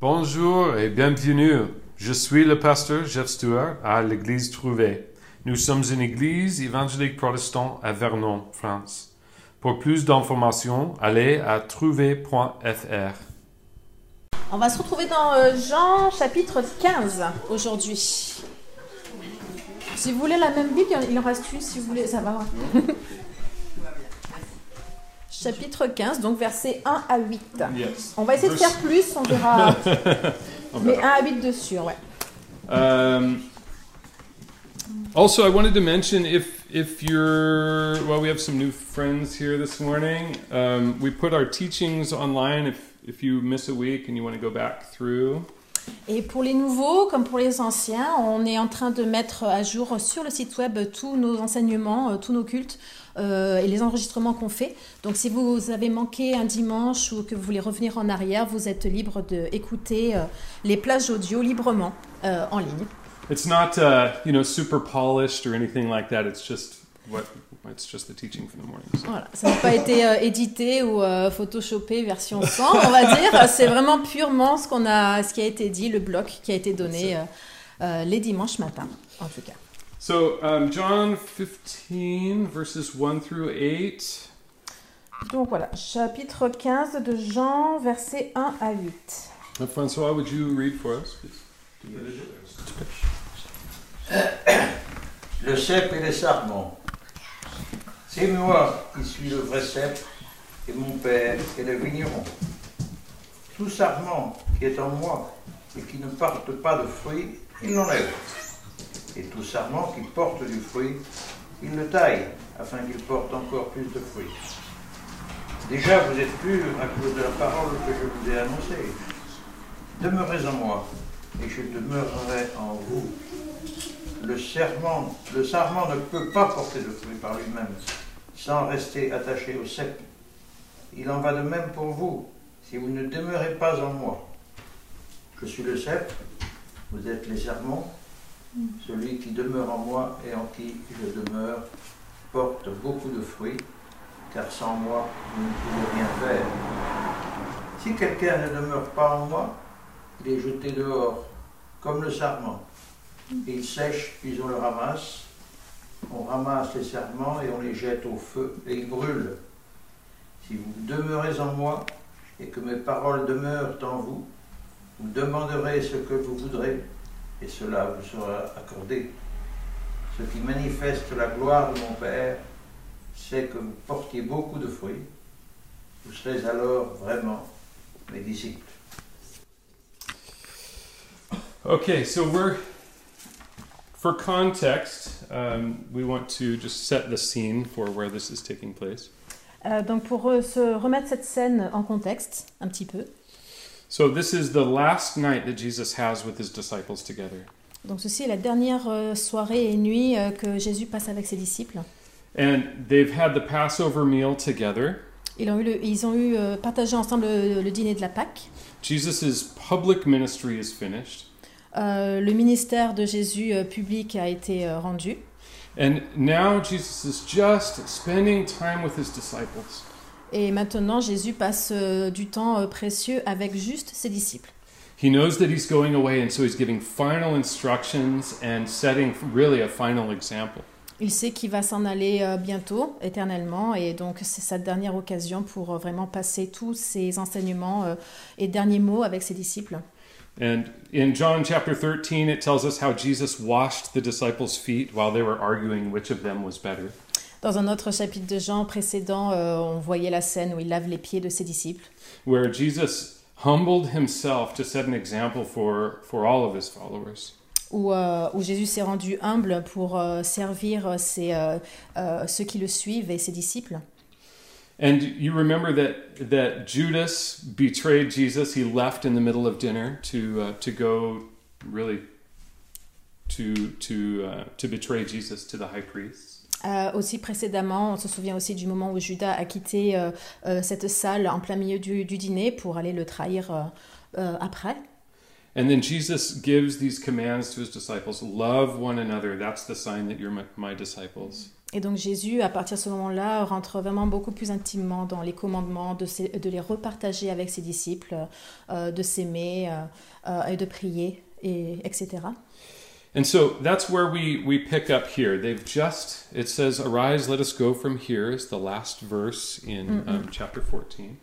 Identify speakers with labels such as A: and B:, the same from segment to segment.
A: Bonjour et bienvenue. Je suis le pasteur Jeff Stewart à l'église Trouvé. Nous sommes une église évangélique protestante à Vernon, France. Pour plus d'informations, allez à trouvé.fr.
B: On va se retrouver dans euh, Jean chapitre 15 aujourd'hui. Si vous voulez la même Bible, il en reste une si vous voulez, ça va. chapitre 15, donc versets 1 à 8.
C: Yes.
B: On va essayer de
C: Verse-
B: faire plus, on verra.
C: Oh,
B: Mais
C: God.
B: 1 à 8 dessus, ouais.
C: Um, also, I wanted to mention if if you're well, we have some new friends here this morning. Um, we put our teachings online. If if you miss a week and you want to go back through,
B: Et pour les nouveaux, comme pour les anciens, on est en train de mettre à jour sur le site web tous nos enseignements, euh, tous nos cultes euh, et les enregistrements qu'on fait. Donc si vous avez manqué un dimanche ou que vous voulez revenir en arrière, vous êtes libre d'écouter les plages audio librement euh, en ligne.
C: it's not uh, you know super polished or anything like that. It's just what it's just the teaching for the morning. So.
B: Voilà, ça n'a pas été euh, édité ou euh, photoshopé version 100, on va dire. C'est vraiment purement ce, qu'on a, ce qui a été dit, le bloc qui a été donné euh, euh, les dimanches matins, en tout cas.
C: So um, John 15 verses 1 through 8.
B: Donc voilà, chapitre 15 de Jean, versets 1 à 8.
C: Uh, Francois, would you read for us? please?
D: Le cep et les sarments. C'est moi qui suis le vrai cep, et mon père est le vigneron. Tout sarment qui est en moi et qui ne porte pas de fruit, il l'enlève. Et tout sarment qui porte du fruit, il le taille, afin qu'il porte encore plus de fruits. Déjà vous êtes purs à cause de la parole que je vous ai annoncée. Demeurez en moi, et je demeurerai en vous. Le serment, le sarment ne peut pas porter de fruit par lui-même, sans rester attaché au cep. Il en va de même pour vous, si vous ne demeurez pas en moi. Je suis le cep, vous êtes les serments. Celui qui demeure en moi et en qui je demeure porte beaucoup de fruits, car sans moi, vous ne pouvez rien faire. Si quelqu'un ne demeure pas en moi, il est jeté dehors, comme le sarment. Ils sèchent, puis on le ramasse. On ramasse les serments et on les jette au feu et ils brûlent. Si vous demeurez en moi et que mes paroles demeurent en vous, vous demanderez ce que vous voudrez et cela vous sera accordé. Ce qui manifeste la gloire de mon Père, c'est que vous portiez beaucoup de fruits. Vous serez alors vraiment mes disciples.
C: Okay, so we're for context, um, we want to just set the scene for where this is taking place.
B: donc pour euh, se remettre cette scène en contexte, un petit peu.
C: So this is the last night that Jesus has with his disciples together,
B: Donc ceci est la dernière euh, soirée et nuit euh, que Jésus passe avec ses disciples.
C: and they've had the Passover meal together.
B: Ils ont eu, le- ils ont eu euh, partagé ensemble le, le dîner de la Pâque.
C: Jesus' public ministry is finished,
B: Euh, le ministère de Jésus euh, public a été euh, rendu.
C: and now Jesus is just spending time with his disciples.
B: Et maintenant, Jésus passe euh, du temps euh, précieux avec juste ses disciples.
C: He knows that he's going away, and so he's giving final instructions and setting really a final example.
B: Il sait qu'il va s'en aller euh, bientôt, éternellement, et donc c'est sa dernière occasion pour euh, vraiment passer tous ses enseignements euh, et derniers mots avec ses disciples.
C: And in John chapter 13, it tells us how Jesus washed the disciples' feet while they were arguing which of them was better.
B: Dans un autre chapitre de Jean précédent, euh, on voyait la scène où il lave les pieds de ses disciples,
C: Where Jesus humbled himself to set an example for, for all of his followers.
B: où, euh, où Jésus s'est rendu humble pour euh, servir euh, ses, euh, euh, ceux qui le suivent et ses disciples.
C: And you remember that, that Judas betrayed Jesus. He left in the middle of dinner to, uh, to go really to, to, uh, to betray Jesus to the high priests.
B: Euh, aussi précédemment, on se souvient aussi du moment où Judas a quitté euh, euh, cette salle en plein milieu du, du dîner pour aller le trahir euh, euh, après.
C: And then Jesus gives these commands to his disciples love one another. That's the sign that you're my, my disciples.
B: Et donc Jésus, à partir de ce moment-là, rentre vraiment beaucoup plus intimement dans les commandements, de, ses- de les repartager avec ses disciples, euh, de s'aimer euh, euh, et de prier, et, etc.
C: And so that's where we, we pick up here. They've just, it says, Arise, let us go from here, is the last verse in um, chapter 14.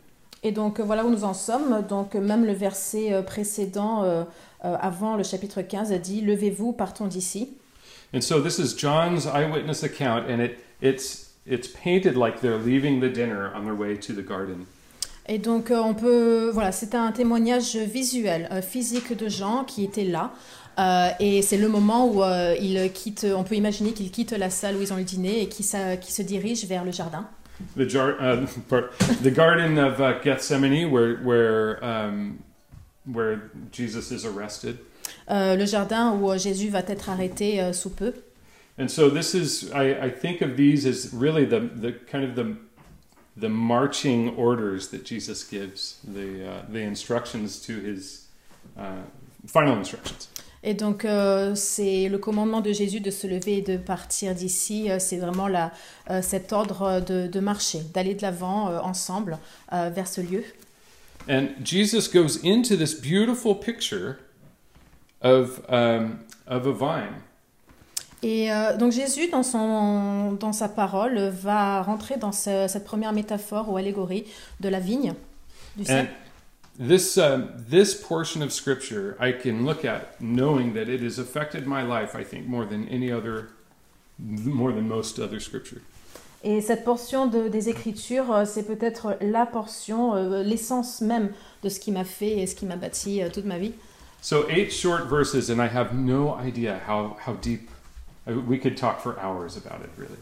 B: Et donc euh, voilà où nous en sommes. Donc euh, même le verset euh, précédent, euh, euh, avant le chapitre 15, dit ⁇ Levez-vous, partons d'ici ⁇
C: And so this is John's eyewitness account, and it, it's, it's painted like they're leaving the dinner on their way to the garden.
B: Et donc, euh, on peut. Voilà, c'est un témoignage visuel, euh, physique de gens qui étaient là. Euh, et c'est le moment où euh, ils quittent. On peut imaginer qu'ils quittent la salle où ils ont eu dîné et qu'ils sa- qu'ils se dirigent vers le jardin.
C: The, jar, uh, part- the garden of uh, Gethsemane, where, where, um, where Jesus is arrested.
B: Euh, le jardin où euh, Jésus va être arrêté euh, sous peu.
C: And so this is I, I think of these as really the, the kind of the the marching orders that Jesus gives, the uh, the instructions to his uh, final instructions.
B: Et donc, euh, c'est le commandement de Jésus de se lever et de partir d'ici. Euh, c'est vraiment la, euh, cet ordre de, de marcher, d'aller de l'avant euh, ensemble euh, vers ce lieu.
C: And Jesus goes into this beautiful picture of um, of a vine.
B: Et euh, donc Jésus, dans, son, dans sa parole, va rentrer dans ce- cette première métaphore ou allégorie de la vigne, du
C: And
B: cep.
C: this um, this portion of scripture I can look at knowing that it has affected my life. I think more than any other, more than most other scripture.
B: Et cette portion de- des Écritures, euh, c'est peut-être la portion, euh, l'essence même de ce qui m'a fait et ce qui m'a bâti euh, toute ma vie.
C: So eight short verses, and I have no idea how how deep. I, we could talk for hours about it, really.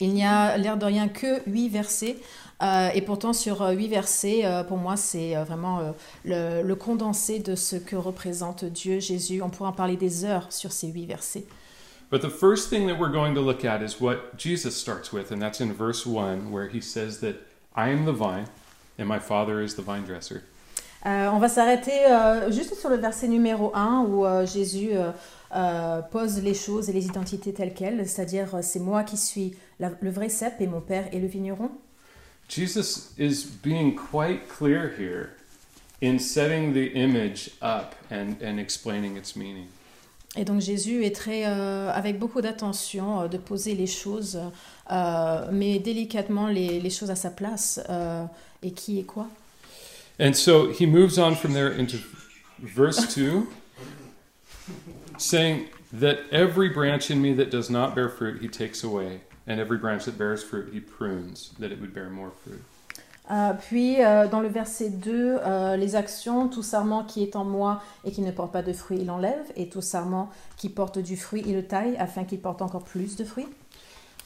B: Il n'y a l'air de rien que huit versets. euh, et pourtant, sur euh, huit versets, euh, pour moi, c'est euh, vraiment euh, le, le condensé de ce que représente Dieu, Jésus. On pourrait en parler des heures sur ces huit versets.
C: But the first thing that we're going to look at is what Jesus starts with, and that's in verse one, where he says that I am the vine, and my Father is the vine dresser.
B: Euh, on va s'arrêter euh, juste sur le verset numéro 1 où euh, Jésus euh, euh, pose les choses et les identités telles quelles, c'est-à-dire euh, c'est moi qui suis la- le vrai cep et mon père est le vigneron.
C: Jesus is being quite clear here in setting the image up and, and explaining its meaning.
B: Et donc Jésus est très, euh, avec beaucoup d'attention, euh, de poser les choses, euh, mais délicatement les, les choses à sa place. euh, et qui est quoi
C: And so he moves on from there into verse 2, saying that every branch in me that does not bear fruit, he takes away, and every branch that bears fruit, he prunes, that it would bear more fruit.
B: Euh, Puis euh, dans le verset 2, euh, les actions, tout sarment qui est en moi et qui ne porte pas de fruit, il l'enlève, et tout sarment qui porte du fruit, il le taille afin qu'il porte encore plus de fruits.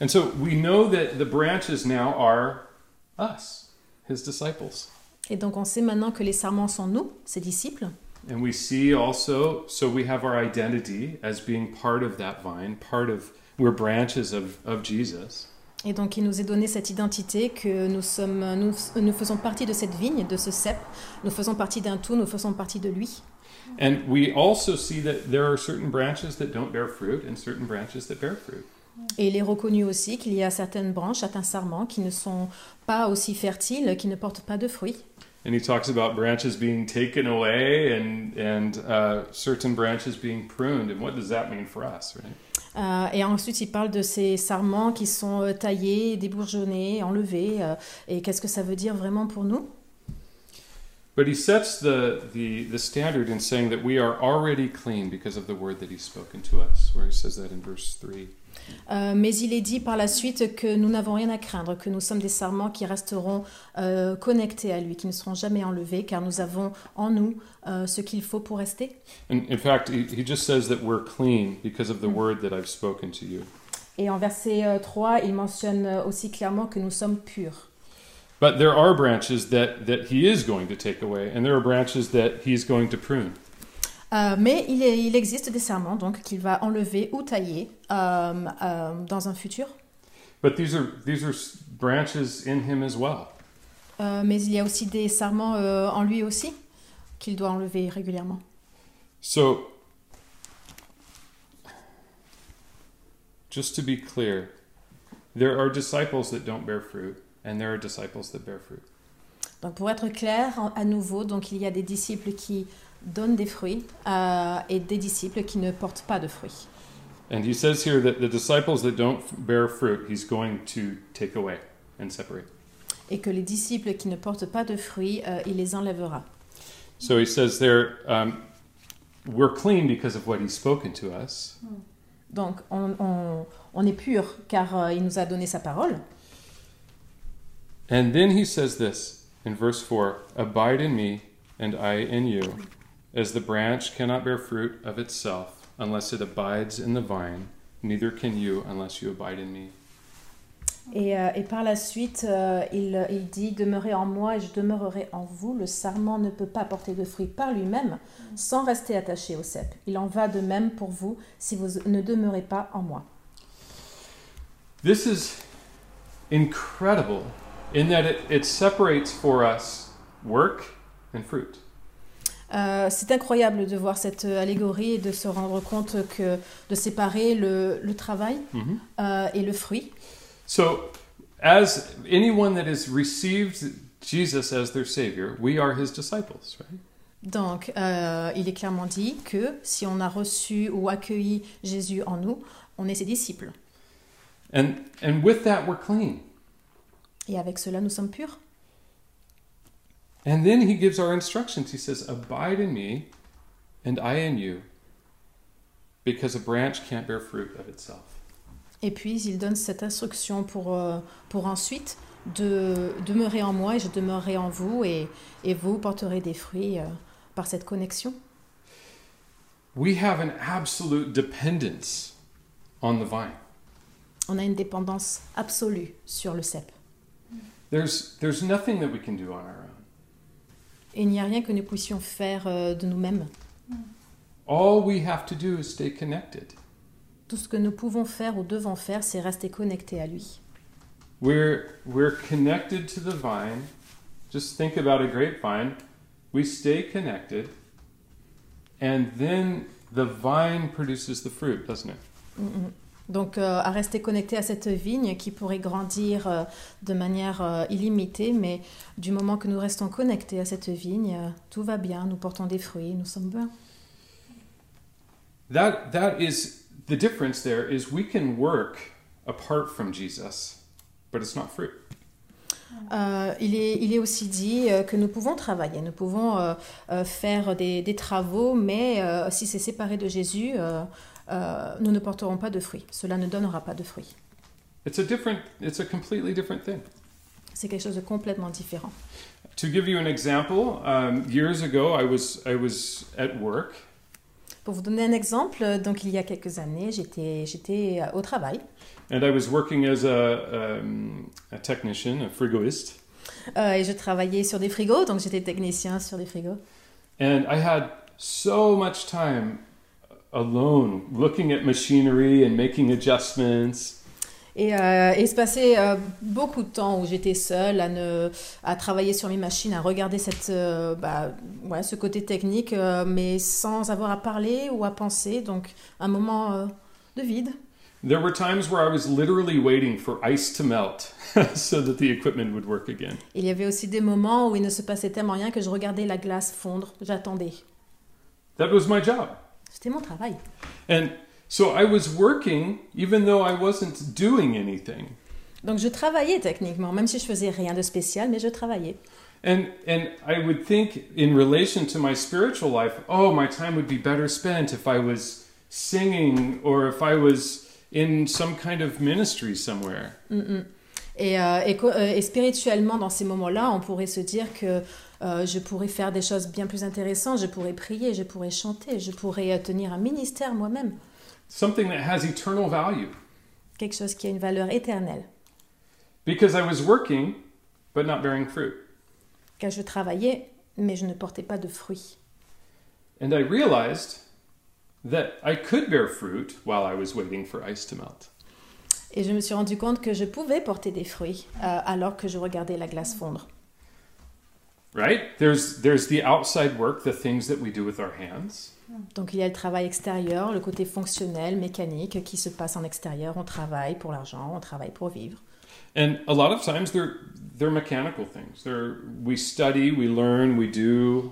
C: And so we know that the branches now are us, his disciples.
B: Et donc on sait maintenant que les sarments sont nous, ses disciples.
C: And we see also, so we have our identity as being part of that vine, part of, we're branches of, of Jesus.
B: Et donc il nous est donné cette identité que nous sommes, nous, nous faisons partie de cette vigne, de ce cep, nous faisons partie d'un tout, nous faisons partie de lui.
C: And we also see that there are certain branches that don't bear fruit and certain branches that bear fruit.
B: Et il est reconnu aussi qu'il y a certaines branches, certains sarments qui ne sont pas aussi fertiles, qui ne portent pas de fruits.
C: And he talks about branches being taken away and and uh, certain branches being pruned. And what does that mean for us, right?
B: Euh, et ensuite, il parle de ces sarments qui sont euh, taillés, débourgeonnés, enlevés. euh, et qu'est-ce que ça veut dire vraiment pour nous
C: But he sets the, the the standard in saying that we are already clean because of the word that he's spoken to us, where he says that in verse three.
B: Euh, Mais il est dit par la suite que nous n'avons rien à craindre, que nous sommes des sarments qui resteront euh, connectés à lui, qui ne seront jamais enlevés, car nous avons en nous euh, ce qu'il faut pour rester.
C: And in fact, he, he just says that we're clean because of the word that I've spoken to you.
B: Et en verset euh, 3, il mentionne euh, aussi clairement que nous sommes purs.
C: But there are branches that, that he is going to take away, and there are branches that he's going to prune.
B: Euh, mais il, est- il existe des serments donc qu'il va enlever ou tailler euh, euh, dans un futur.
C: But these are these are s- branches in him as well.
B: Euh, mais il y a aussi des sarments euh, en lui aussi qu'il doit enlever régulièrement.
C: So, just to be clear, there are disciples that don't bear fruit, and there are disciples that bear fruit.
B: Donc pour être clair, en- à nouveau, donc il y a des disciples qui donnent des fruits euh, et des disciples qui ne portent pas de fruits.
C: And he says here that the disciples that don't f- bear fruit, he's going to take away and separate.
B: Et que les disciples qui ne portent pas de fruits, euh, il les enlèvera.
C: So he says there, um, we're clean because of what he's spoken to us,
B: Donc on, on- on est pur car euh, il nous a donné sa parole.
C: And then he says this in verse 4 Abide in me, and I in you. As the branch cannot bear fruit of itself unless it abides in the vine, neither can you unless you abide in me.
B: Et, euh, et par la suite, euh, il, il dit Demeurez en moi et je demeurerai en vous. Le sarment ne peut pas porter de fruits par lui-même sans rester attaché au cep. Il en va de même pour vous si vous ne demeurez pas en moi.
C: This is incredible in that it, it separates for us work and fruit.
B: Euh, c'est incroyable de voir cette euh, allégorie et de se rendre compte que de séparer le, le travail euh, et le fruit.
C: So, as anyone that has received Jesus as their Savior, we are his disciples, right?
B: Donc, euh, il est clairement dit que si on a reçu ou accueilli Jésus en nous, on est ses disciples.
C: And, and with that, we're clean.
B: Et avec cela, nous sommes purs.
C: And then he gives our instructions. He says, Abide in me, and I in you, because a branch can't bear fruit of itself.
B: Et puis, il donne cette instruction pour, euh, pour ensuite de demeurer en moi et je demeurerai en vous et, et vous porterez des fruits euh, par cette connexion.
C: We have an absolute dependence on the vine.
B: On a une dépendance absolue sur le cep.
C: There's, there's nothing that we can do on our own.
B: Et il n'y a rien que nous puissions faire euh, de nous-mêmes.
C: All we have to do is stay connected.
B: Tout ce que nous pouvons faire ou devons faire, c'est rester connectés à lui.
C: We're, we're connected to the vine. Just think about a grapevine. We stay connected, and then the vine produces the fruit, doesn't it?
B: Donc euh, à rester connecté à cette vigne qui pourrait grandir euh, de manière euh, illimitée, mais du moment que nous restons connectés à cette vigne, euh, tout va bien, nous portons des fruits, nous sommes bien.
C: That that is the difference there is we can work apart from Jesus, but it's not fruit.
B: Euh, il, est, il est aussi dit euh, que nous pouvons travailler, nous pouvons euh, euh, faire des, des travaux, mais euh, si c'est séparé de Jésus, euh, euh, nous ne porterons pas de fruits. Cela ne donnera pas de fruits.
C: It's a different it's a completely different thing.
B: C'est quelque chose de complètement différent.
C: To give you an example, um, years ago I was I was at work
B: Pour vous donner un exemple, euh, donc il y a quelques années, j'étais j'étais euh, au travail.
C: and I was working as a um, a technician, a frigoist,
B: Euh, et je travaillais sur des frigos, donc j'étais technicien sur des frigos.
C: and I had so much time alone looking at machinery and making adjustments.
B: Et, euh, et il se passait euh, beaucoup de temps où j'étais seule à, ne, à travailler sur mes machines, à regarder cette, euh, bah, ouais, ce côté technique, euh, mais sans avoir à parler ou à penser. Donc un moment euh, de vide.
C: There were times where I was literally waiting for ice to melt so that the equipment would work again.
B: Il y avait aussi des moments où il ne se passait tellement rien que je regardais la glace fondre, j'attendais.
C: That was my job.
B: C'était mon travail.
C: And so I was working even though I wasn't doing anything.
B: Donc je travaillais techniquement, même si je faisais rien de spécial, mais je travaillais.
C: And and I would think in relation to my spiritual life, oh, my time would be better spent if I was singing or if I was in some kind of ministry somewhere.
B: Et, euh, et, co- euh, et spirituellement, dans ces moments-là, on pourrait se dire que euh, je pourrais faire des choses bien plus intéressantes, je pourrais prier, je pourrais chanter, je pourrais euh, tenir un ministère moi-même,
C: Something that has eternal value
B: quelque chose qui a une valeur éternelle.
C: because I was working but not bearing fruit.
B: Car je travaillais, mais je ne portais pas de fruits.
C: And I realized that I could bear fruit while I was waiting for ice to melt.
B: Et je me suis rendu compte que je pouvais porter des fruits euh, alors que je regardais la glace fondre.
C: right? There's there's the outside work, the things that we do with our hands,
B: Donc il y a le travail extérieur, le côté fonctionnel, mécanique qui se passe en extérieur. On travaille pour l'argent, on travaille pour vivre.
C: and a lot of times they're they're mechanical things. They're we study, we learn, we do,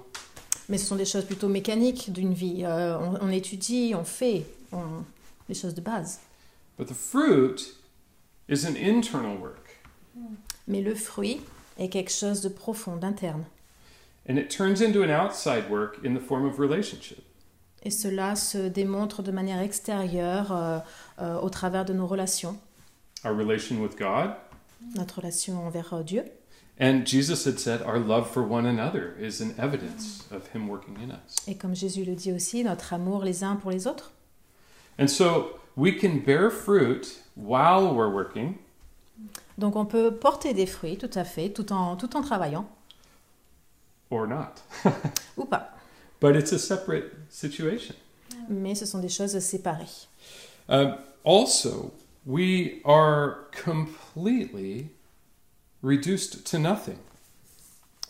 B: Mais ce sont des choses plutôt mécaniques d'une vie. Euh, on, on étudie, on fait, on- les choses de base.
C: but the fruit is an internal work,
B: Mais le fruit est quelque chose de profond, d'interne.
C: and it turns into an outside work in the form of relationship.
B: Et cela se démontre de manière extérieure euh, euh, au travers de nos relations,
C: Our relation with God,
B: notre relation envers euh, Dieu.
C: and Jesus had said, our love for one another is an evidence of Him working in us.
B: Et comme Jésus le dit aussi, notre amour les uns pour les autres.
C: And so we can bear fruit while we're working,
B: Donc on peut porter des fruits, tout à fait, tout en, tout en travaillant,
C: or not.
B: ou pas.
C: but it's a separate situation.
B: Mais ce sont des choses séparées.
C: Um, also, we are completely reduced to nothing.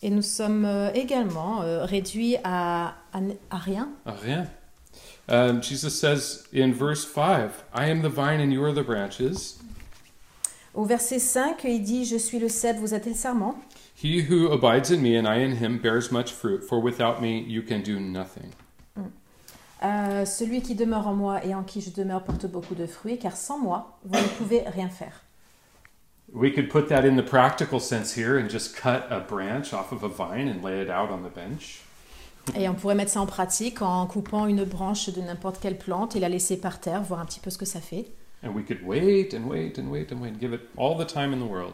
B: Et nous sommes euh, également euh, réduits à, à n- à rien.
C: Rien. Um, Jesus says in verse 5, I am the vine and you are the branches.
B: Au verset 5, il dit Je suis le cèpe, vous êtes le sarment.
C: He who abides in me and I in him bears much fruit, for without me you can do nothing.
B: Euh, celui qui demeure en moi et en qui je demeure porte beaucoup de fruits, car sans moi, vous ne pouvez rien faire.
C: We could put that in the practical sense here and just cut a branch off of a vine and lay it out on the bench.
B: Et on pourrait mettre ça en pratique en coupant une branche de n'importe quelle plante et la laisser par terre, voir un petit peu ce que ça fait.
C: And we could wait and wait and wait and wait and give it all the time in the world.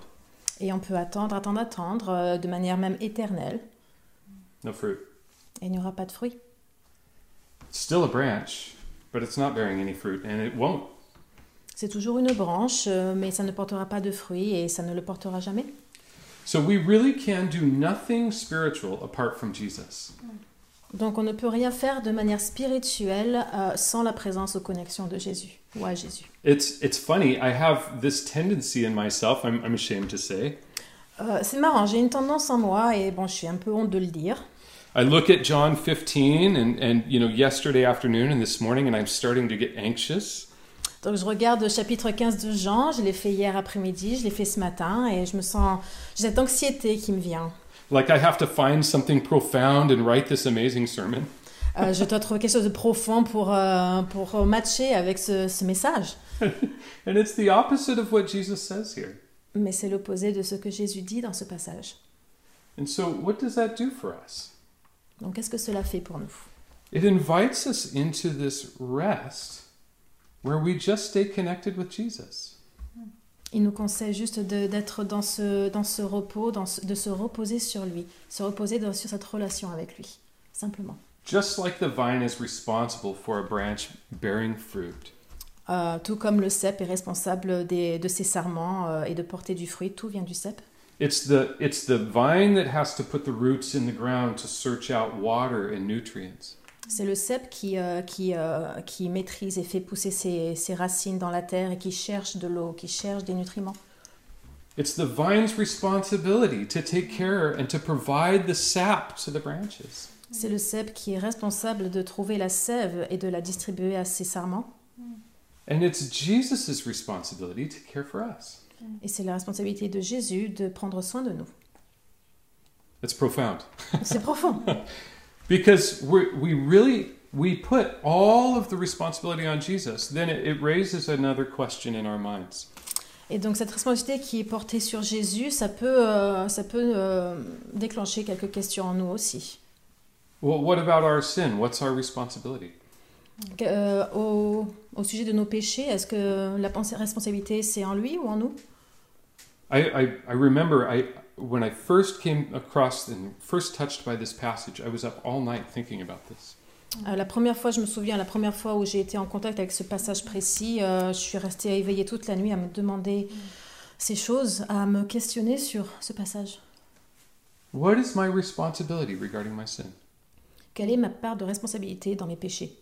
B: Et on peut attendre, attendre, attendre, euh, de manière même éternelle,
C: No fruit.
B: et il n'y aura pas de fruits.
C: It's still a branch, but it's not bearing any fruit, and it won't.
B: C'est toujours une branche, euh, mais ça ne portera pas de fruits et ça ne le portera jamais.
C: So we really can do nothing spiritual apart from Jesus.
B: Donc on ne peut rien faire de manière spirituelle euh, sans la présence aux connexions de Jésus ou à Jésus.
C: It's it's funny. I have this tendency in myself. I'm, I'm ashamed to say.
B: Euh, c'est marrant, j'ai une tendance en moi et bon, je suis un peu honte de le dire.
C: I look at John 15 and and you know yesterday afternoon and this morning, and I'm starting to get anxious.
B: Donc je regarde le chapitre 15 de Jean, je l'ai fait hier après-midi, je l'ai fait ce matin et je me sens j'ai cette anxiété qui me vient.
C: Like I have to find something profound and write this amazing sermon.
B: Euh, je dois trouver quelque chose de profond pour euh, pour matcher avec ce, ce message.
C: And it's the opposite of what Jesus says here.
B: Mais c'est l'opposé de ce que Jésus dit dans ce passage.
C: And so, what does that do for us?
B: Donc qu'est-ce que cela fait pour nous
C: It invites us into this rest where we just stay connected with Jesus.
B: Il nous conseille juste de- d'être dans ce, dans ce repos, dans ce- de se reposer sur lui, se reposer dans- sur cette relation avec lui, simplement.
C: Just like the vine is responsible for a branch bearing fruit,
B: Euh, tout comme le cep est responsable des- de ses sarments euh, et de porter du fruit, tout vient du cep.
C: it's the, it's the vine that has to put the roots in the ground to search out water and nutrients.
B: C'est le cep qui, euh, qui, euh, qui maîtrise et fait pousser ses, ses racines dans la terre et qui cherche de l'eau, qui cherche des nutriments.
C: It's the vine's responsibility to take care and to provide the sap to the branches.
B: C'est le cep qui est responsable de trouver la sève et de la distribuer à ses sarments.
C: And it's Jesus' responsibility to care for us.
B: Et c'est la responsabilité de Jésus de prendre soin de nous.
C: It's profound.
B: C'est profond.
C: because we we really we put all of the responsibility on jesus then it, it raises another question in our minds
B: Et donc cette responsabilité qui est portée sur Jésus, ça peut, euh, ça peut euh, déclencher quelques questions en nous aussi.
C: well what about our sin what's our responsibility
B: Que- euh, au, au sujet de nos péchés, est-ce que la pensée- responsabilité c'est en lui ou en nous
C: i i, I remember i when i first came across and first touched by this passage i was up all night thinking about this
B: Euh, La première fois, je me souviens, la première fois où j'ai été en contact avec ce passage précis, euh, je suis restée éveillée toute la nuit à me demander ces choses, à me questionner sur ce passage.
C: what is my responsibility regarding my sin
B: Quelle est ma part de responsabilité dans mes péchés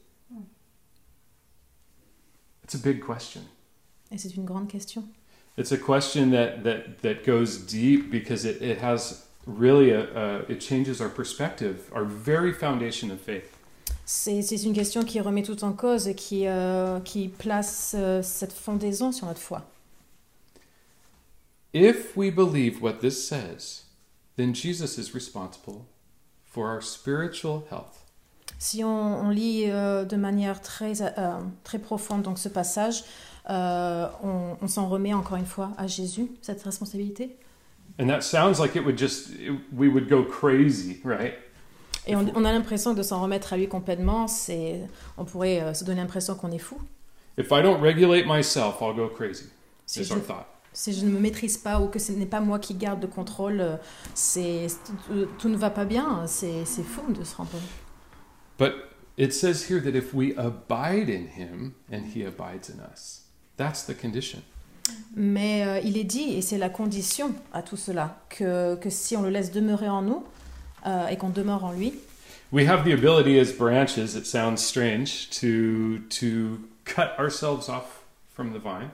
C: it's a big question
B: Et c'est une grande question.
C: it's a question that that that goes deep because it, it has really a, a, it changes our perspective, our very foundation of faith.
B: C'est c'est une question qui remet tout en cause et qui, euh, qui place euh, cette fondaison sur notre foi.
C: If we believe what this says, then Jesus is responsible for our spiritual health.
B: Si on, on lit euh, de manière très, euh, très profonde donc ce passage, euh, on, on s'en remet encore une fois à Jésus, cette responsabilité.
C: And that sounds like it would just, it- we would go crazy, right?
B: Et on, on a l'impression de s'en remettre à lui complètement. C'est, on pourrait euh, se donner l'impression qu'on est fou.
C: If I don't regulate myself, I'll go crazy,
B: Si
C: is
B: je,
C: our thought.
B: si je ne me maîtrise pas ou que ce n'est pas moi qui garde le contrôle, euh, c'est, tout, tout ne va pas bien. C'est, c'est fou de se rendre
C: But it says here that if we abide in him and he abides in us, that's the condition.
B: Mais euh, il est dit, et c'est la condition à tout cela, que, que si on le laisse demeurer en nous euh, et qu'on demeure en lui,
C: We have the ability as branches, it sounds strange, to to cut ourselves off from the vine.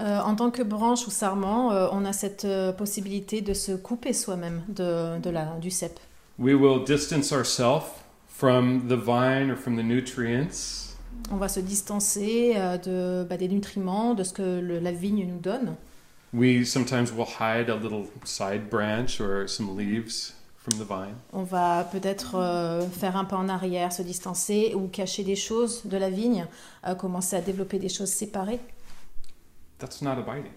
B: euh, en tant que branche ou sarment, euh, on a cette euh, possibilité de se couper soi-même de, de la, du cep.
C: We will distance ourselves from the vine or from the nutrients.
B: On va se distancer euh, de, bah, des nutriments, de ce que le- la vigne nous donne.
C: We sometimes will hide a little side branch or some leaves from the vine.
B: On va peut-être euh, faire un pas en arrière, se distancer ou cacher des choses de la vigne, euh, commencer à développer des choses séparées.
C: That's not abiding.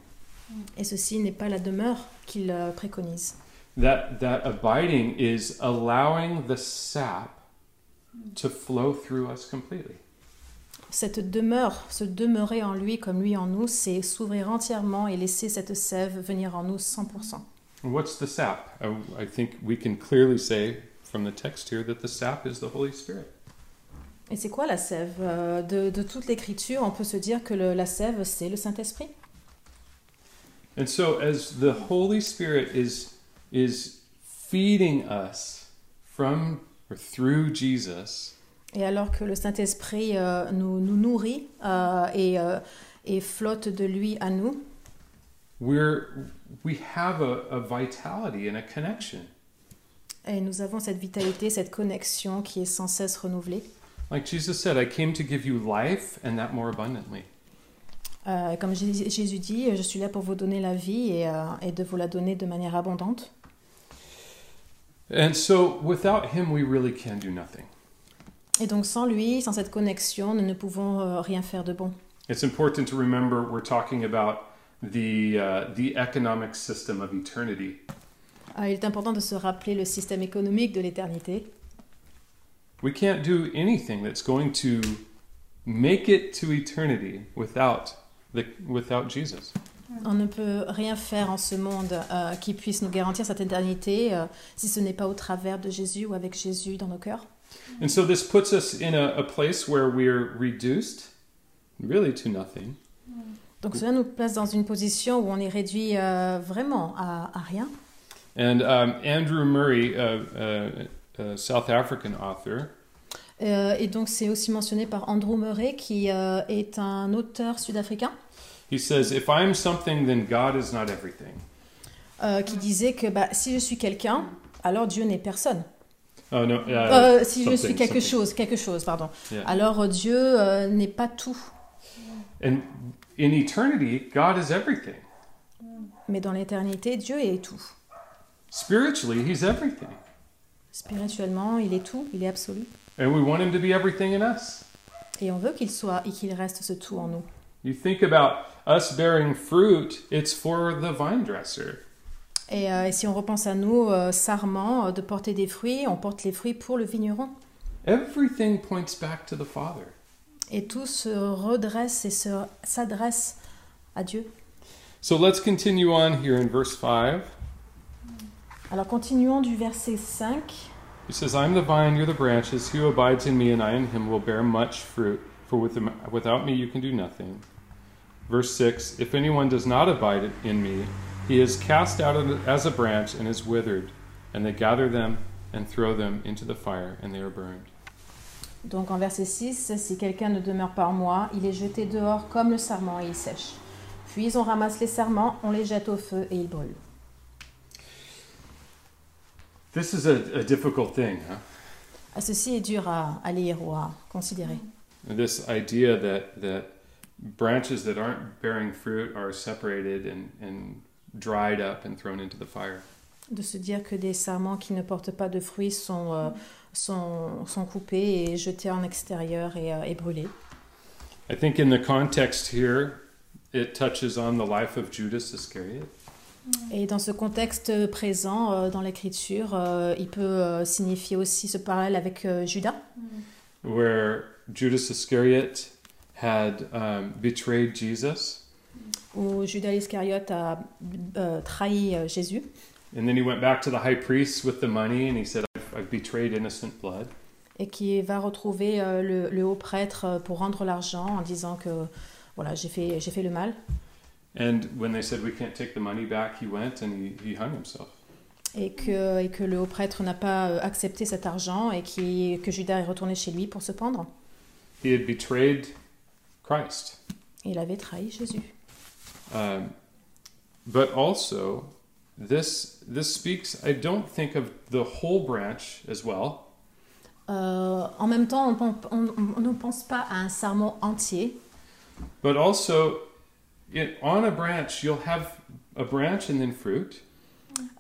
B: Et ceci n'est pas la demeure qu'il euh, préconise.
C: That that abiding is allowing the sap to flow through us completely.
B: Cette demeure, se demeurer en lui comme lui en nous, c'est s'ouvrir entièrement et laisser cette sève venir en nous 100%.
C: And What's the sap? I, I think we can clearly say from the text here that the sap is the Holy Spirit.
B: Et c'est quoi la sève Euh, de, de toute l'écriture, on peut se dire que le- la sève, c'est le Saint-Esprit.
C: And so as the Holy Spirit is is feeding us from or through Jesus,
B: Et alors que le Saint-Esprit euh, nous, nous nourrit euh, et, euh, et flotte de lui à nous,
C: we're we have a, a vitality and a connection.
B: et nous avons cette vitalité, cette connexion qui est sans cesse renouvelée.
C: Like Jesus said, I came to give you life and that more abundantly.
B: Euh, comme Jé- Jésus dit, je suis là pour vous donner la vie et, euh, et de vous la donner de manière abondante.
C: And so without him we really can do nothing.
B: Et donc sans lui, sans cette connexion, nous ne pouvons euh, rien faire de bon.
C: It's important to remember we're talking about the uh, the economic system of eternity.
B: Ah, il est important de se rappeler le système économique de l'éternité.
C: We can't do anything that's going to make it to eternity without the without Jesus.
B: On ne peut rien faire en ce monde euh, qui puisse nous garantir cette éternité euh, si ce n'est pas au travers de Jésus ou avec Jésus dans nos cœurs.
C: And so this puts us in a, a place where we're reduced really to nothing.
B: Donc cela nous place dans une position où on est réduit euh, vraiment à, à rien.
C: And um, Andrew Murray, a, a, a South African author,
B: Euh, et donc c'est aussi mentionné par Andrew Murray qui euh, est un auteur sud-africain
C: he says, "If I'm something, then God is not everything."
B: euh, qui disait que bah, si je suis quelqu'un, alors Dieu n'est personne.
C: Oh no! Uh,
B: Euh, si je suis
C: something,
B: quelque
C: something.
B: chose, quelque chose, pardon.
C: Yeah.
B: Alors euh, Dieu euh, n'est pas tout.
C: and in eternity, God is everything.
B: Mais dans l'éternité, Dieu est tout.
C: Spiritually, He's everything,
B: Spirituellement, il est tout, il est absolu.
C: and we want Him to be everything in us.
B: Et on veut qu'il soit et qu'il reste ce tout en nous.
C: You think about us bearing fruit, it's for the vine dresser.
B: Et, euh, et si on repense à nous, euh, sarment, euh, de porter des fruits, on porte les fruits pour le vigneron.
C: Everything points back to the Father.
B: Et tout se redresse et se- s'adresse à Dieu.
C: So let's continue on here in verse 5.
B: Alors continuons du verset 5.
C: He says, I'm the vine, you're the branches. He who abides in me and I in him will bear much fruit, for with him, without me you can do nothing. Verse 6 If anyone does not abide in me, he is cast out of- as a branch and is withered, and they gather them and throw them into the fire, and they are burned.
B: Donc en verset 6, si quelqu'un ne demeure pas en moi, il est jeté dehors comme le sarment et il sèche. Puis on ramasse les sarments, on les jette au feu et ils brûlent.
C: This is a, a difficult thing, huh?
B: Ah, Ceci est dur à, à lire ou à considérer.
C: This idea that, that branches that aren't bearing fruit are separated and, and dried up and thrown into the fire.
B: De se dire que des serments qui ne portent pas de fruits sont, euh, sont, sont coupés et jetés en extérieur et, euh, et brûlés.
C: I think in the context here, it touches on the life of Judas Iscariot.
B: Et dans ce contexte présent euh, dans l'écriture, euh, il peut euh, signifier aussi ce parallèle avec euh, Judas,
C: where Judas Iscariot had um, betrayed Jesus,
B: où Judas Iscariote a euh, trahi euh, Jésus.
C: and then he went back to the high priest with the money, and he said, "I've, I've betrayed innocent blood."
B: et qui va retrouver euh, le, le haut prêtre euh, pour rendre l'argent en disant que voilà j'ai fait j'ai fait le mal
C: And when they said, "We can't take the money back," he went and he, he hung himself.
B: et que et que le haut prêtre n'a pas euh, accepté cet argent et qui que Judas est retourné chez lui pour se pendre
C: He had betrayed Christ,
B: et il avait trahi Jésus
C: um, but also this this speaks. I don't think of the whole branch as well.
B: Euh, en même temps on, pen- on- on ne pense pas à un serment entier
C: But also, it, on a branch, you'll have a branch and then fruit.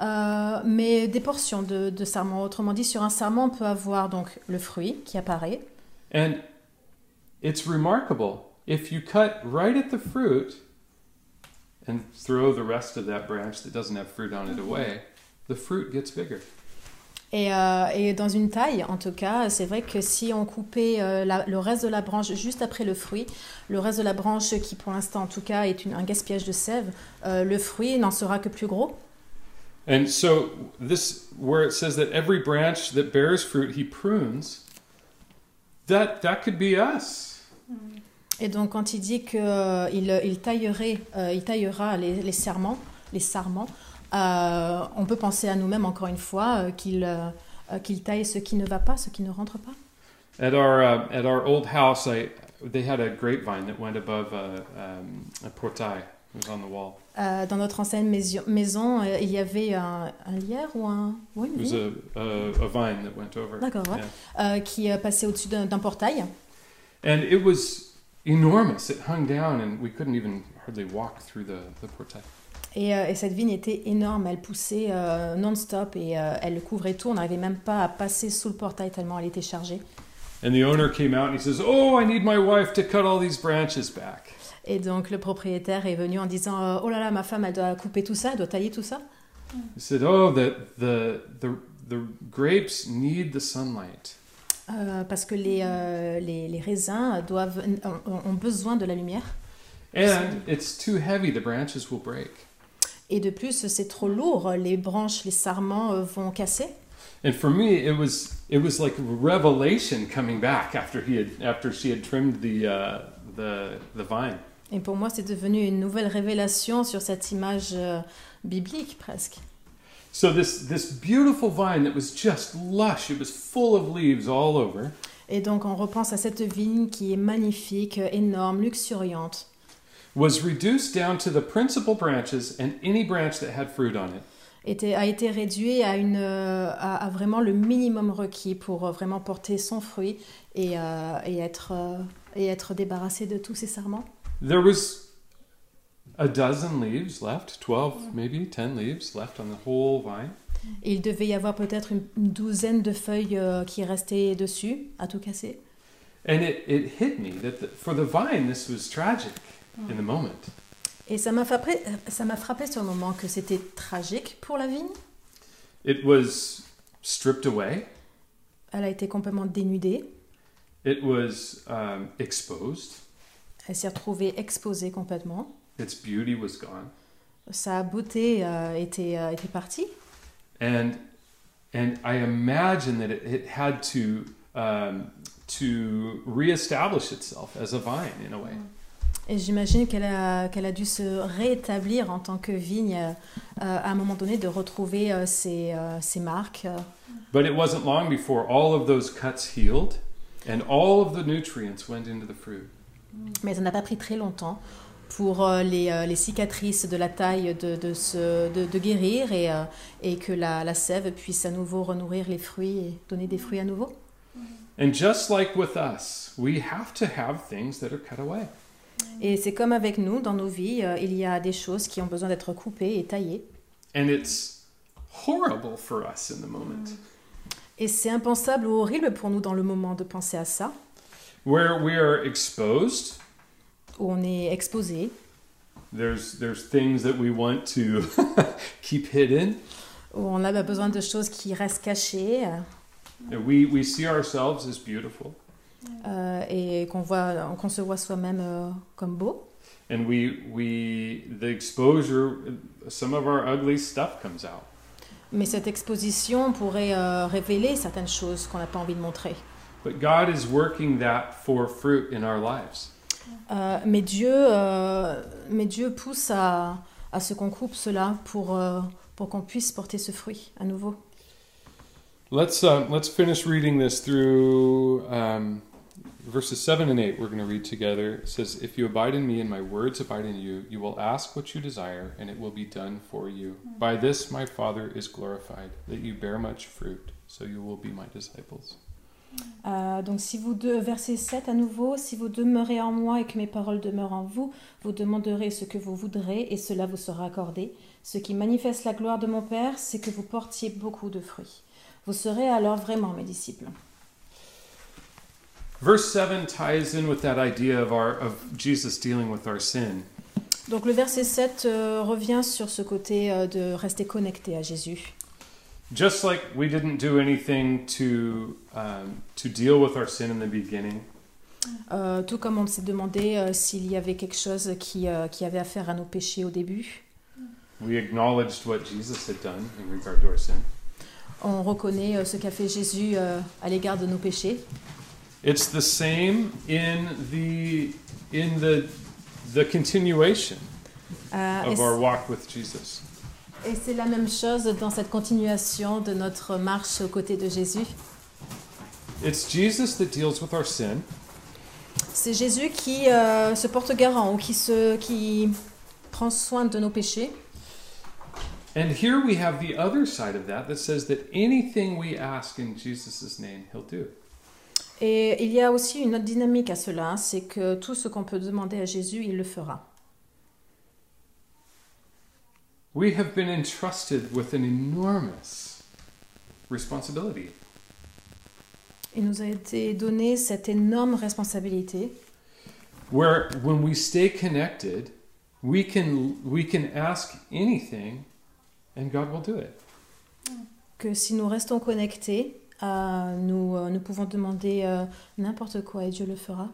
B: euh, mais des portions de, de serment autrement dit sur un serment on peut avoir donc le fruit qui apparaît
C: And it's remarkable. If you cut right at the fruit and throw the rest of that branch that doesn't have fruit on it away, the fruit gets bigger.
B: Et, euh, et dans une taille, en tout cas, c'est vrai que si on coupait euh, la- le reste de la branche juste après le fruit, le reste de la branche qui pour l'instant en tout cas est une- un gaspillage de sève, euh, le fruit n'en sera que plus gros.
C: And so, this, where it says that every branch that bears fruit, he prunes, that, that could be us.
B: Et donc quand il dit qu'il il il taillerait, euh, il taillera les, les serments, les sarments, euh, on peut penser à nous-mêmes encore une fois euh, qu'il euh, euh, qu'il taille ce qui ne va pas, ce qui ne rentre pas.
C: At our uh, at our old house, I they had a grapevine that went above a, um, a portail. It was on the wall.
B: Euh, dans notre ancienne maison, maison, euh, il y avait un, un lièvre ou un... Oui,
C: It
B: une
C: was
B: vigne.
C: a, a, a vine that went over.
B: D'accord, ouais.
C: Yeah.
B: euh, qui euh, passait au-dessus d'un d'un portail.
C: And it was enormous. It hung down, and we couldn't even hardly walk through the the portail.
B: Et, euh, et cette vigne était énorme, elle poussait euh, non-stop et euh, elle couvrait tout. On n'arrivait même pas à passer sous le portail tellement elle était chargée.
C: And the owner came out and he says, "Oh, I need my wife to cut all these branches back."
B: Et donc le propriétaire est venu en disant euh, Oh là là, ma femme, elle doit couper tout ça, elle doit tailler tout ça.
C: He said, "Oh, the the the the grapes need the sunlight."
B: Euh, parce que les, euh, les, les raisins doivent, euh, ont, ont besoin de la lumière.
C: And it's too heavy, the branches will break.
B: Et de plus, c'est trop lourd, les branches, les sarments euh, vont casser.
C: And for me, it was it was like revelation coming back after he had after she had trimmed the uh, the the vine.
B: Et pour moi, c'est devenu une nouvelle révélation sur cette image euh, biblique presque.
C: So this this beautiful vine that was just lush, it was full of leaves all over,
B: Et donc on repense à cette vigne qui est magnifique, euh, énorme, luxuriante,
C: was reduced down to the principal branches and any branch that had fruit on it.
B: était, a été réduite à, une, euh, à, à vraiment le minimum requis pour euh, vraiment porter son fruit et, euh, et être, euh, et être débarrassé de tous ces sarments.
C: There was a dozen leaves left, twelve maybe ten leaves left on the whole vine.
B: Et il devait y avoir peut-être une, une douzaine de feuilles euh, qui restaient dessus, à tout casser.
C: And it, it hit me that the, for the vine, this was tragic in the moment.
B: Et ça m'a frappé, ça m'a frappé sur le moment que c'était tragique pour la vigne.
C: It was stripped away.
B: Elle a été complètement dénudée.
C: It was um, exposed.
B: Elle s'est retrouvée exposée complètement.
C: Its beauty was gone,
B: Sa beauté euh, était, euh, était partie.
C: and and I imagine that it, it had to um, to reestablish itself as a vine in a way.
B: Et j'imagine qu'elle a, qu'elle a dû se réétablir en tant que vigne euh, euh, à un moment donné, de retrouver euh, ses, euh, ses marques. euh.
C: But it wasn't long before all of those cuts healed, and all of the nutrients went into the fruit.
B: Mais ça n'a pas pris très longtemps pour euh, les, euh, les cicatrices de la taille de, de, se- de- de guérir et, euh, et que la, la sève puisse à nouveau renourrir les fruits et donner des fruits à nouveau.
C: And just like with us, we have to have things that are cut away.
B: Et c'est comme avec nous, dans nos vies, euh, il y a des choses qui ont besoin d'être coupées et taillées.
C: And it's horrible for us in the moment.
B: Et c'est impensable ou horrible pour nous dans le moment de penser à ça,
C: Where we are exposed,
B: où on est exposé,
C: there's there's things that we want to keep hidden.
B: où on a bah, besoin de choses qui restent cachées euh,
C: And we we see ourselves as beautiful
B: euh, et qu'on voit, qu'on se voit soi-même euh, comme beau.
C: and we we the exposure some of our ugly stuff comes out.
B: Mais cette exposition pourrait euh, révéler certaines choses qu'on n'a pas envie de montrer.
C: But God is working that for fruit in our lives.
B: Euh, mais, Dieu, euh, mais Dieu pousse à, à ce qu'on coupe cela pour, euh, pour qu'on puisse porter ce fruit à nouveau.
C: Let's um, let's finish reading this through um, verses seven and eight. We're going to read together. It says, "If you abide in me and my words abide in you, you will ask what you desire, and it will be done for you. By this my Father is glorified, that you bear much fruit, so you will be my disciples."
B: Euh, donc si vous deux, verset 7 à nouveau, si vous demeurez en moi et que mes paroles demeurent en vous, vous demanderez ce que vous voudrez et cela vous sera accordé. Ce qui manifeste la gloire de mon Père, c'est que vous portiez beaucoup de fruits. Vous serez alors vraiment mes disciples.
C: Verse seven ties in with that idea of our of Jesus dealing with our sin.
B: Donc le verset 7 euh, revient sur ce côté euh, de rester connecté à Jésus.
C: Just like we didn't do anything to um, to deal with our sin in the beginning,
B: Euh, tout comme on s'est demandé euh, s'il y avait quelque chose qui, euh, qui avait affaire à nos péchés au début.
C: we acknowledged what Jesus had done in regard to our sin.
B: On reconnaît euh, ce qu'a fait Jésus euh, à l'égard de nos péchés.
C: It's the same in the in the the continuation
B: Euh, et
C: of our walk with Jesus.
B: Et c'est la même chose dans cette continuation de notre marche aux côtés de Jésus.
C: It's Jesus that deals with our sin,
B: C'est Jésus qui euh, se porte garant ou qui, se, qui prend soin de nos péchés.
C: and here we have the other side of that that says that anything we ask in Jesus' name, He'll do.
B: Et il y a aussi une autre dynamique à cela, hein, c'est que tout ce qu'on peut demander à Jésus, il le fera.
C: We have been entrusted with an enormous responsibility.
B: Il nous a été donné cette énorme responsabilité
C: where when we stay connected we can we can ask anything and god will do it
B: que si nous restons connectés, euh, nous, euh, nous pouvons demander euh, n'importe quoi et Dieu le fera.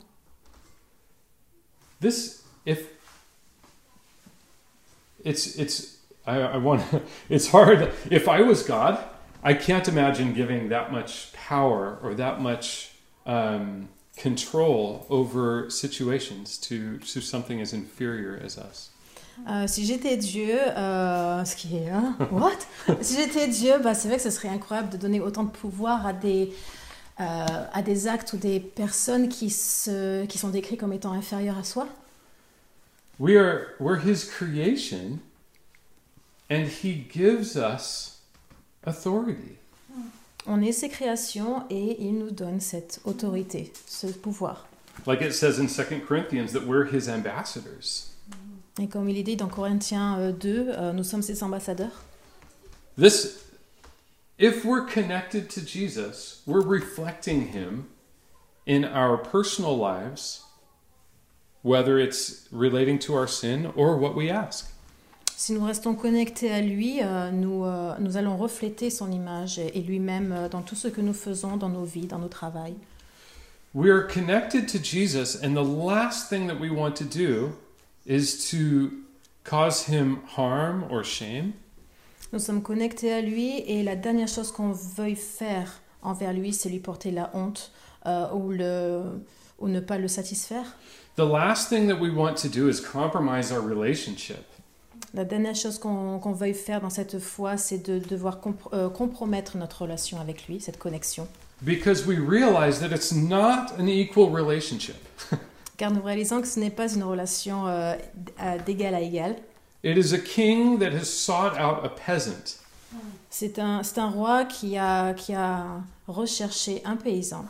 C: this if it's it's i, I want it's hard if i was god i can't imagine giving that much power or that much um, control over situations to to something as inferior as us
B: Euh, si j'étais Dieu, euh, ce qui est hein, what Si j'étais Dieu, bah, c'est vrai que ce serait incroyable de donner autant de pouvoir à des euh, à des actes ou des personnes qui se qui sont décrits comme étant inférieurs à soi.
C: We are we're his creation and he gives us authority.
B: On est ses créations et il nous donne cette autorité, ce pouvoir.
C: Like it says in 2 Corinthians that we're his ambassadors.
B: Et comme il est dit dans Corinthiens euh, 2, euh, nous sommes ses ambassadeurs.
C: This if we're connected to Jesus, we're reflecting him in our personal lives, whether it's relating to our sin or what we ask.
B: Si nous restons connectés à lui, euh, nous, euh, nous allons refléter son image et, et lui-même euh, dans tout ce que nous faisons, dans nos vies, dans nos travails.
C: We are connected to Jesus, and the last thing that we want to do is to cause him harm or shame.
B: Nous sommes connectés à lui et la dernière chose qu'on veuille faire envers lui, c'est lui porter la honte euh, ou, le, ou ne pas le satisfaire.
C: The last thing that we want to do is compromise our relationship.
B: La dernière chose qu'on qu'on veuille faire dans cette foi, c'est de devoir compr- euh, compromettre notre relation avec lui, cette connexion.
C: Because we realize that it's not an equal relationship.
B: car nous réalisons que ce n'est pas une relation euh, d- à- d'égal à égal.
C: It is a king that has sought out a peasant.
B: C'est un, c'est un roi qui a, qui a recherché un paysan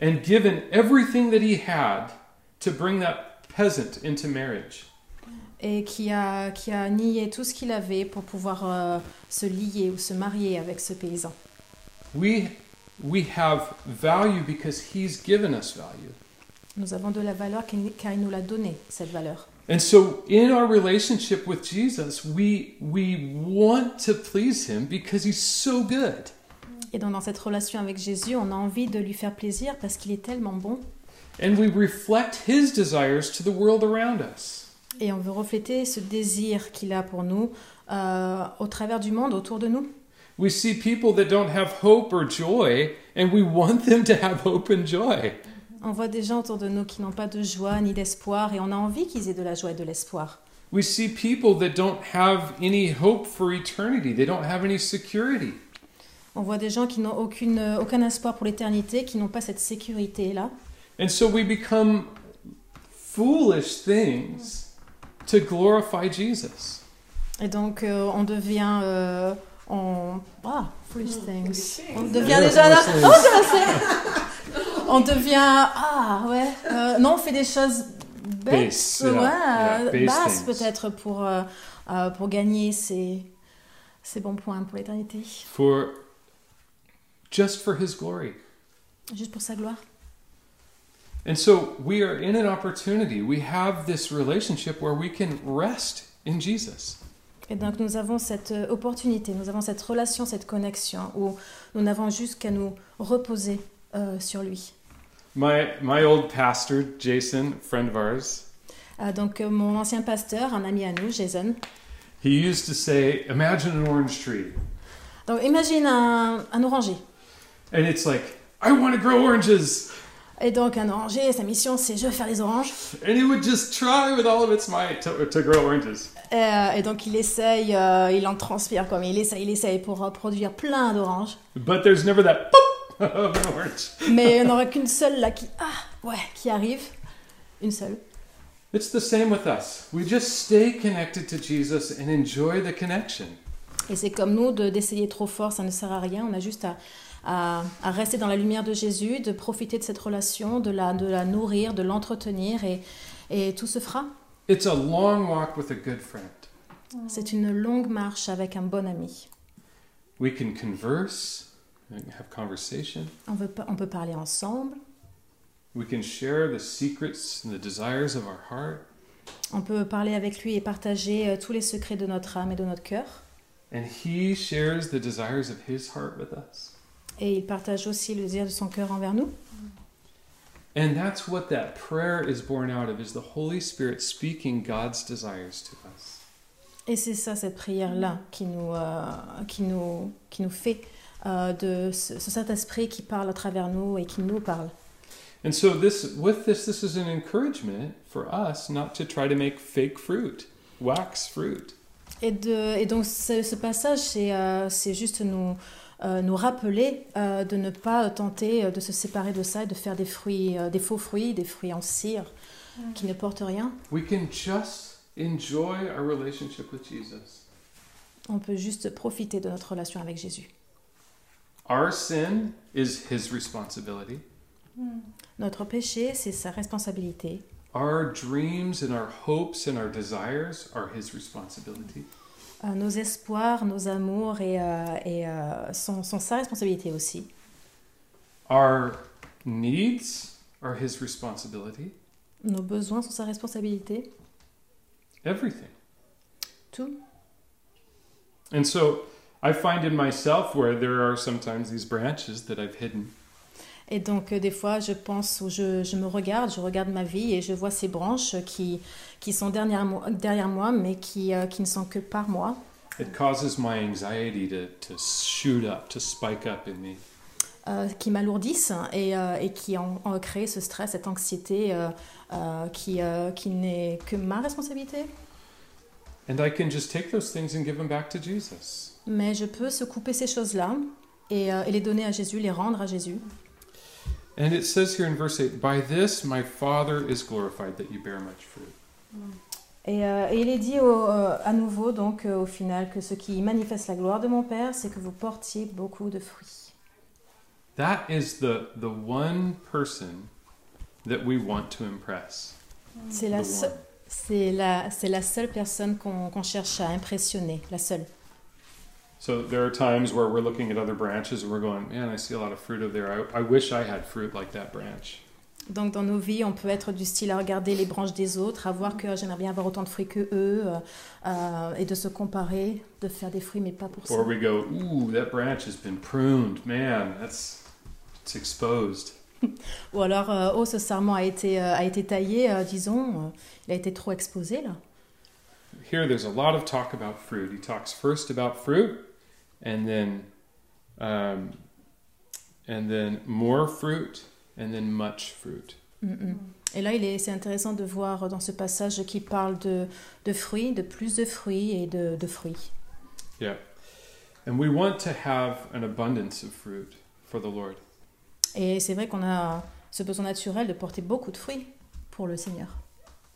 C: and given everything that he had to bring that peasant into marriage.
B: et qui a, qui a nié tout ce qu'il avait pour pouvoir euh, se lier ou se marier avec ce paysan.
C: We we have value because he's given us value.
B: Nous avons de la valeur qu'il- car il nous l'a donnée, cette valeur.
C: And so in our relationship with Jesus, we we want to please him because he's so good.
B: Et donc dans cette relation avec Jésus, on a envie de lui faire plaisir parce qu'il est tellement bon
C: And we reflect his desires to the world around us.
B: et on veut refléter ce désir qu'il a pour nous euh, au travers du monde, autour de nous.
C: We see people that don't have hope or joy, and we want them to have hope and joy.
B: On voit des gens autour de nous qui n'ont pas de joie ni d'espoir et on a envie qu'ils aient de la joie et de l'espoir.
C: We see people that don't have any hope for eternity. They don't have any security.
B: On voit des gens qui n'ont aucune, euh, aucun espoir pour l'éternité, qui n'ont pas cette sécurité-là.
C: And so we become foolish things to glorify Jesus.
B: Et donc euh, on devient... euh, on... Ah, foolish things. On devient
C: Yeah,
B: déjà là.
C: foolish
B: Oh, ça, c'est- on devient... Ah, ouais. Euh, non, on fait des choses bêtes.
C: Base,
B: ouais,
C: yeah, yeah,
B: euh,
C: base
B: basses
C: things.
B: peut-être pour, euh, euh, pour gagner ces, ces bons points pour l'éternité.
C: For just for his glory.
B: Juste pour sa gloire.
C: And so we are in an opportunity. We have this relationship where we can rest in Jesus.
B: Et donc nous avons cette euh, opportunité, nous avons cette relation, cette connexion où nous n'avons juste qu'à nous reposer euh, sur lui.
C: My my old pastor, Jason, friend of ours,
B: Ah, donc euh, mon ancien pasteur, un ami à nous, Jason.
C: he used to say, imagine an orange tree.
B: Donc imagine un, un oranger.
C: And it's like, I want to grow oranges.
B: Et donc un oranger, sa mission c'est je veux faire les oranges.
C: And it would just try with all of its might to, to grow oranges.
B: Euh, et donc il essaye, euh, il en transpire comme il essaye, il essaye pour euh, produire plein d'oranges.
C: But there's never that pop of an orange.
B: Mais il n'y en aurait qu'une seule là qui, ah ouais, qui arrive. Une seule.
C: It's the same with us. We just stay connected to Jesus and enjoy the connection.
B: Et c'est comme nous de- d'essayer trop fort, ça ne sert à rien. On a juste à, à- à rester dans la lumière de Jésus, de profiter de cette relation, de la, de la nourrir, de l'entretenir et, et tout se fera.
C: It's a long walk with a good friend.
B: C'est une longue marche avec un bon ami.
C: We can converse, we can have conversation.
B: On, veut pas- on peut parler ensemble,
C: We can share the secrets and the desires of our heart.
B: on peut parler avec lui et partager euh, tous les secrets de notre âme et de notre cœur.
C: And he shares the desires of his heart with us.
B: Et il partage aussi le désir de son cœur envers nous.
C: And that's what that prayer is born out of is the Holy Spirit speaking God's desires to us.
B: Et c'est ça, cette prière-là, qui, nous, euh, qui, nous, qui nous fait euh, de ce, ce Saint-Esprit qui parle à travers nous et qui nous parle.
C: And so this with this this is an encouragement for us not to try to make fake fruit, wax fruit.
B: Et, de- et donc ce, ce passage, c'est euh, c'est juste nous, euh, nous rappeler euh, de ne pas tenter euh, de se séparer de ça et de faire des fruits, euh, des faux fruits, des fruits en cire qui ne portent rien.
C: We can just enjoy our relationship with Jesus.
B: On peut juste profiter de notre relation avec Jésus.
C: Our sin is his responsibility.
B: Notre péché, c'est sa responsabilité.
C: Our dreams and our hopes and our desires are his responsibility.
B: Euh, nos espoirs, nos amours et, euh, et, euh, sont, sont sa responsabilité aussi.
C: Our needs are his responsibility.
B: Nos besoins sont sa responsabilité.
C: Everything.
B: Tout.
C: And so I find in myself where there are sometimes these branches that I've hidden.
B: Et donc, euh, des fois, je pense ou je, je me regarde, je regarde ma vie et je vois ces branches qui, qui sont derrière moi, derrière moi mais qui, euh, qui ne sont que par moi.
C: It causes my anxiety to, to shoot up, to spike up in me.
B: euh, qui m'alourdissent et, euh, et qui ont, ont créé ce stress, cette anxiété euh, euh, qui, euh, qui n'est que ma responsabilité.
C: And I can just take those things and give them back to Jesus.
B: Mais je peux se couper ces choses-là et, euh, et les donner à Jésus, les rendre à Jésus.
C: And it says here in verse 8, By this my Father is glorified that you bear much fruit.
B: Et, euh, et il est dit au- euh, à nouveau, donc euh, au final, que ce qui manifeste la gloire de mon Père, c'est que vous portiez beaucoup de fruits.
C: That is the, the one person that we want to impress.
B: C'est
C: The
B: la,
C: one.
B: seu- c'est la, c'est la seule personne qu'on qu'on cherche à impressionner, la seule.
C: So there are times where we're looking at other branches and we're going, man, I see a lot of fruit over there. I, I wish I had fruit like that branch.
B: Donc dans nos vies, on peut être du style à regarder les branches des autres, à voir que j'aimerais bien avoir autant de fruits que eux, euh, euh, et de se comparer, de faire des fruits mais pas pour ça.
C: Or we go, ooh, that branch has been pruned. Man, that's it's exposed.
B: Ou alors, euh, oh, ce sarment a été, euh, a été taillé, euh, disons, euh, il a été trop exposé là.
C: Here there's a lot of talk about fruit. He talks first about fruit and then um, and then more fruit and then much fruit.
B: Mm, mm. Et là, il est- c'est intéressant de voir euh, dans ce passage qui parle de, de fruits, de plus de fruits et de, de fruits.
C: And we want to have an abundance of fruit for the Lord.
B: Et c'est vrai qu'on a ce besoin naturel de porter beaucoup de fruits pour le Seigneur.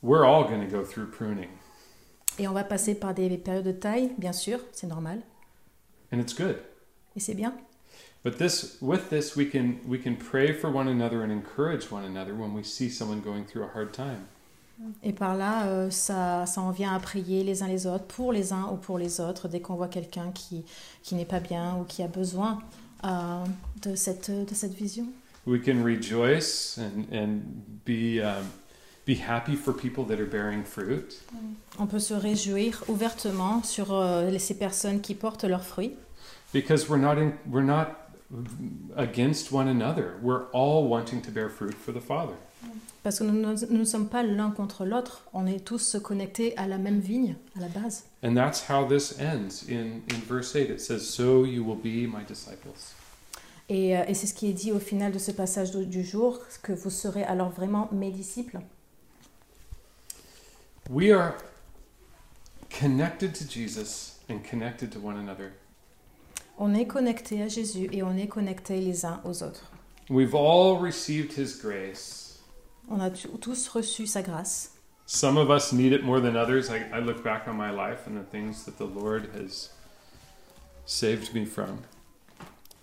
C: We're all going to go through pruning,
B: Et on va passer par des périodes de taille, bien sûr, c'est normal,
C: and it's good.
B: et c'est bien.
C: But this, with this, we can we can pray for one another and encourage one another when we see someone going through a hard time.
B: Et par là, euh, ça, ça en vient à prier les uns les autres, pour les uns ou pour les autres, dès qu'on voit quelqu'un qui, qui n'est pas bien ou qui a besoin euh, de, cette, de cette vision.
C: We can rejoice and and be um, be happy for people that are bearing fruit,
B: On peut se réjouir ouvertement sur euh, ces personnes qui portent leurs fruits,
C: because we're not in, we're not against one another. We're all wanting to bear fruit for the Father.
B: parce que nous, ne- nous ne sommes pas l'un contre l'autre, on est tous connectés à la même vigne, à la base.
C: And that's how this ends in, in verse 8. It says, So you will be my disciples.
B: Et, euh, et c'est ce qui est dit au final de ce passage du- du jour, que vous serez alors vraiment mes disciples.
C: We are connected to Jesus and connected to one another.
B: On est connectés à Jésus et on est connectés les uns aux autres.
C: We've all received his grace.
B: On a tu- tous reçu sa grâce.
C: Some of us need it more than others. I, I look back on my life and the things that the Lord has saved me from.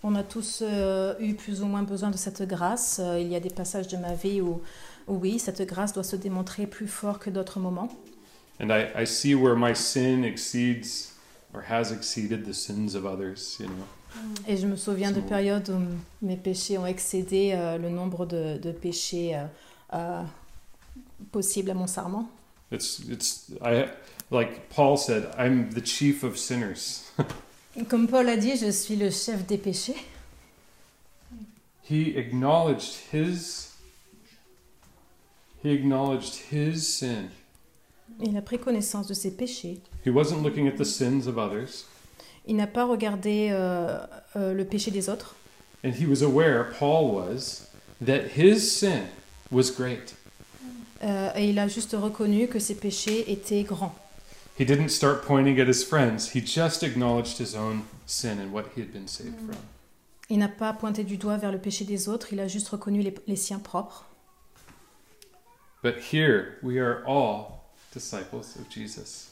B: On a tous euh, eu plus ou moins besoin de cette grâce. Euh, il y a des passages de ma vie où, où oui, cette grâce doit se démontrer plus fort que d'autres moments.
C: And I, I see where my sin exceeds or has exceeded the sins of others, you know.
B: Et je me souviens de
C: Bon.
B: périodes où m- mes péchés ont excédé euh, le nombre de, de péchés euh, euh, possibles à mon sarment.
C: It's it's I like Paul said, I'm the chief of sinners.
B: Comme Paul a dit, je suis le chef des péchés.
C: He acknowledged his he acknowledged his sin.
B: Il a pris connaissance de ses péchés.
C: He wasn't looking at the sins of others,
B: Il n'a pas regardé euh, euh, le péché des autres.
C: and he was aware Paul was that his sin was great.
B: Euh, et il a juste reconnu que ses péchés étaient grands.
C: He didn't start pointing at his friends. He just acknowledged his own sin and what he had been saved from.
B: Il n'a pas pointé du doigt vers le péché des autres, il a juste reconnu les, les siens propres.
C: But here we are all disciples of Jesus.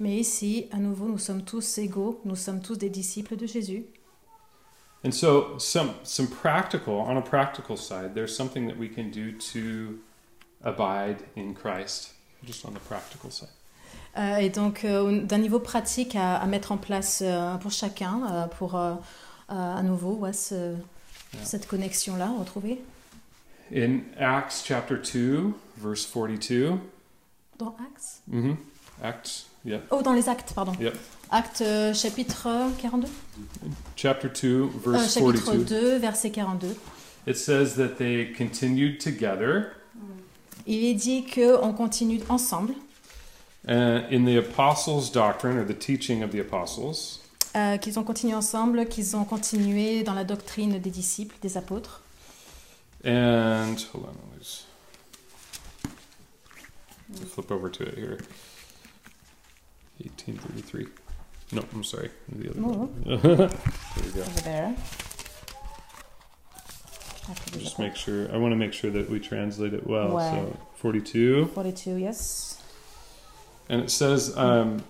B: Mais ici, à nouveau, nous sommes tous égaux, nous sommes tous des disciples de Jésus.
C: And so some some practical on a practical side, there's something that we can do to abide in Christ, just on the practical side.
B: Euh, et donc, euh, au- d'un niveau pratique à, à mettre en place euh, pour chacun, euh, pour euh, euh, à nouveau ouais, ce-
C: Yeah.
B: cette connexion-là, retrouver.
C: In Acts chapter 2, verse 42,
B: Dans Actes
C: mm-hmm, Acts, yeah,
B: Oh, dans les Actes, pardon.
C: Yep.
B: Actes euh, chapitre euh, 42
C: chapter 2,
B: Euh,
C: verse
B: Chapitre
C: 42,
B: 2, verset 42.
C: it says that they continued together
B: Il est dit qu'on continue ensemble
C: uh, in the apostles' doctrine or the teaching of the apostles,
B: Euh, qu'ils ont continué ensemble, qu'ils ont continué dans la doctrine des disciples, des apôtres.
C: and hold on, let's let's flip over to it here. 1833. No, I'm sorry, the other
B: No.
C: one. there we go.
B: Over there. after the
C: Just
B: Japon.
C: make sure. I want to make sure that we translate it well.
B: Wow.
C: So 42,
B: 42, yes.
C: and it says, um,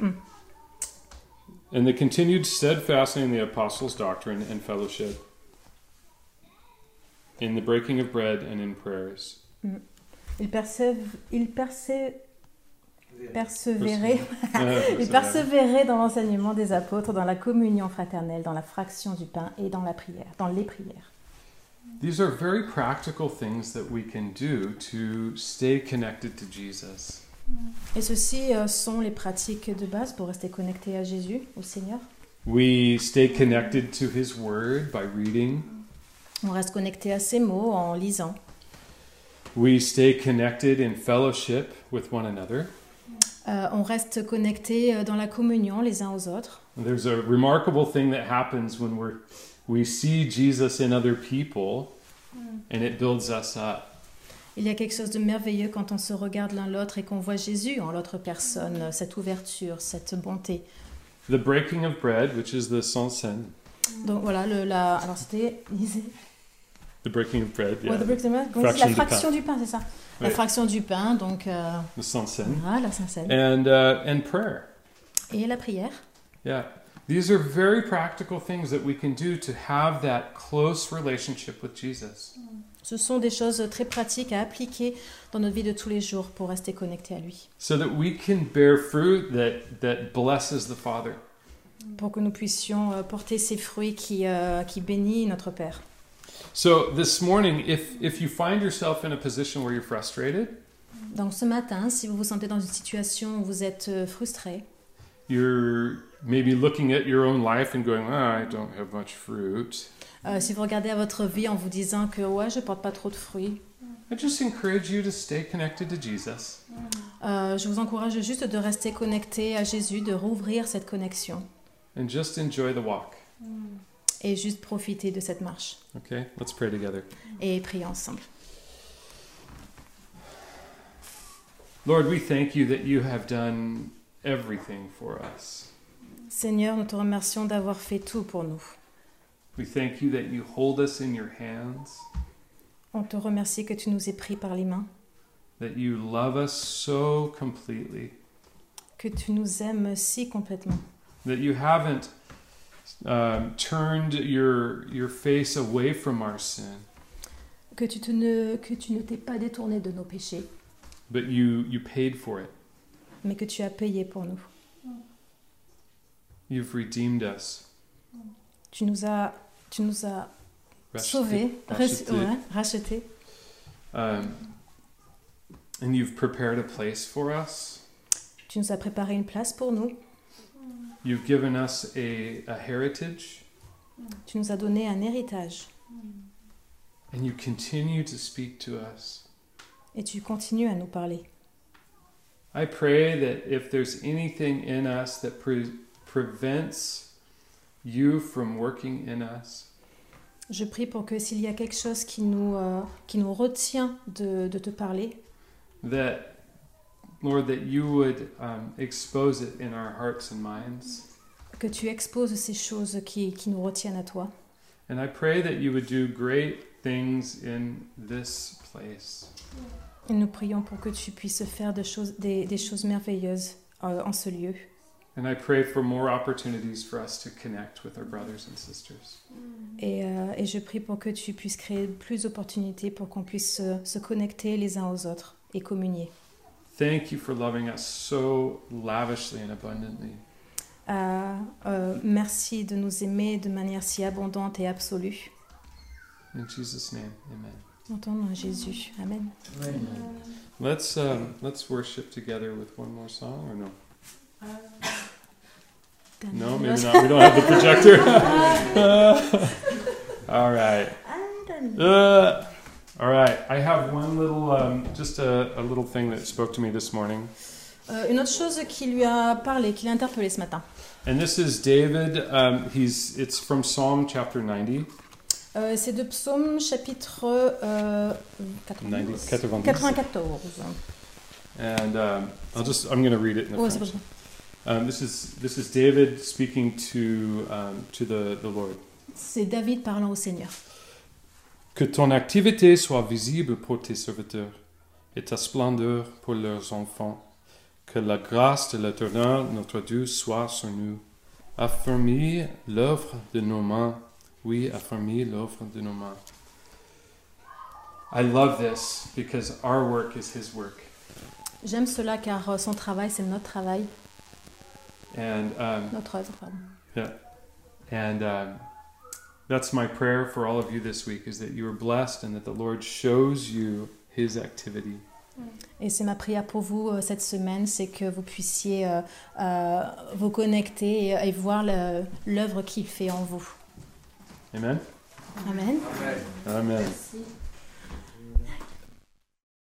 B: Mm.
C: and they continued steadfastly in the apostles' doctrine and fellowship, in the breaking of bread and in prayers.
B: Il, percève, il percé- persévérait
C: Ils
B: Il persévérait dans l'enseignement des apôtres, dans la communion fraternelle, dans la fraction du pain et dans la prière, dans les prières.
C: These are very practical things that we can do to stay connected to Jesus.
B: Et ceci euh, sont les pratiques de base pour rester connecté à Jésus, au Seigneur.
C: We stay connected to His Word by reading.
B: On reste connecté à ses mots en lisant.
C: We stay connected in fellowship with one another.
B: Euh, on reste connecté euh, dans la communion les uns aux autres.
C: There's a remarkable thing that happens when we're we see Jesus in other people,
B: Hmm.
C: and it builds us up.
B: Il y a quelque chose de merveilleux quand on se regarde l'un l'autre et qu'on voit Jésus en l'autre personne, euh, cette ouverture, cette bonté.
C: The breaking of bread, which is the sansen,
B: Donc voilà, le, la... alors c'était... lisez.
C: the breaking of bread, yeah,
B: Ouais, the break the bread. Comment on dit
C: Fraction
B: la fraction
C: du
B: du pain, c'est ça La
C: Oui.
B: fraction du pain, donc euh,
C: the sansen,
B: voilà, la Sainte-Seine.
C: and uh, and prayer.
B: Et la prière.
C: Yeah. These are very practical things that we can do to have that close relationship with Jesus.
B: Ce sont des choses très pratiques à appliquer dans notre vie de tous les jours pour rester connecté à lui,
C: So that we can bear fruit that, that blesses the Father.
B: pour que nous puissions euh, porter ces fruits qui, euh, qui bénit notre Père.
C: So this morning, if if you find yourself in a position where you're frustrated,
B: Donc ce matin, si vous vous sentez dans une situation où vous êtes euh, frustré,
C: you're maybe looking at your own life and going, ah, I don't have much fruit.
B: euh, si vous regardez à votre vie en vous disant que ouais, je porte pas trop de fruits,
C: I just encourage you to stay connected to Jesus.
B: euh, je vous encourage juste de rester connecté à Jésus, de rouvrir cette connexion
C: And just enjoy the walk.
B: et juste profiter de cette marche
C: Okay? Let's pray together.
B: et prier ensemble.
C: Lord, we thank you that you have done everything for us.
B: Seigneur, nous te remercions d'avoir fait tout pour nous.
C: We thank you that you hold us in your hands,
B: On te remercie que tu nous aies pris par les mains.
C: that you love us so completely,
B: que tu nous aimes si complètement,
C: that you haven't um, turned your your face away from our sin,
B: que tu, te ne, que tu ne t'es pas détourné de nos péchés,
C: but you you paid for it.
B: mais que tu as payé pour nous.
C: You've redeemed us.
B: Tu nous as, tu nous as
C: Racheted.
B: sauvés,
C: rachetés.
B: rachetés. Ouais, rachetés,
C: Um, and you've prepared a place for us.
B: tu nous as préparé une place pour nous,
C: You've given us a, a heritage,
B: tu nous as donné un héritage,
C: and you continue to speak to us.
B: et tu continues à nous parler.
C: I pray that if there's anything in us that pre- prevents you from working in us,
B: Je prie pour que s'il y a quelque chose qui nous, euh, qui nous retient de, de te parler,
C: that, Lord, that you would um, expose it in our hearts and minds.
B: que tu exposes ces choses qui, qui nous retiennent à toi.
C: And I pray that you would do great things in this place.
B: Et nous prions pour que tu puisses faire de choses, des, des choses merveilleuses euh, en ce lieu.
C: And I pray for more opportunities for us to connect with our brothers and sisters.
B: Et, euh, et je prie pour que tu puisses créer plus d'opportunités pour qu'on puisse euh, se connecter les uns aux autres et communier.
C: Thank you for loving us so lavishly and abundantly.
B: Euh, euh, merci de nous aimer de manière si abondante et absolue.
C: In Jesus' name, amen.
B: Dans ton nom, Jésus. Amen.
C: Let's um, let's worship together with one more song, or no? No, maybe not. We don't have the projector. all right. Uh, all right. I have one little, um, just a, a little thing that spoke to me this morning,
B: Euh, une autre chose qui lui a parlé, qui l'a interpellé ce matin.
C: and this is David. Um, he's it's from Psalm chapter ninety.
B: Euh, C'est de Psaume chapitre euh,
C: 90,
B: 94.
C: 90.
B: 94.
C: And um, I'll just I'm going to read it in the
B: Oh, c'est pas
C: French.
B: ça.
C: Um, this is this is David speaking to um, to the the Lord.
B: C'est David parlant au Seigneur.
C: Que ton activité soit visible pour tes serviteurs et ta splendeur pour leurs enfants. Que la grâce de l'Éternel, notre Dieu, soit sur nous. Affermis l'œuvre de nos mains. Oui, affermis l'œuvre de nos mains. I love this because our work is His work.
B: J'aime cela car euh, son travail, c'est notre travail,
C: And, um,
B: notre œuvre. pardon.
C: and um, that's my prayer for all of you this week is that you are blessed and that the Lord shows you His activity.
B: Et c'est ma prière pour vous euh, cette semaine, c'est que vous puissiez euh, euh, vous connecter et, et voir le- l'œuvre qu'il fait en vous.
C: Amen?
B: Amen.
D: Amen.
C: Amen.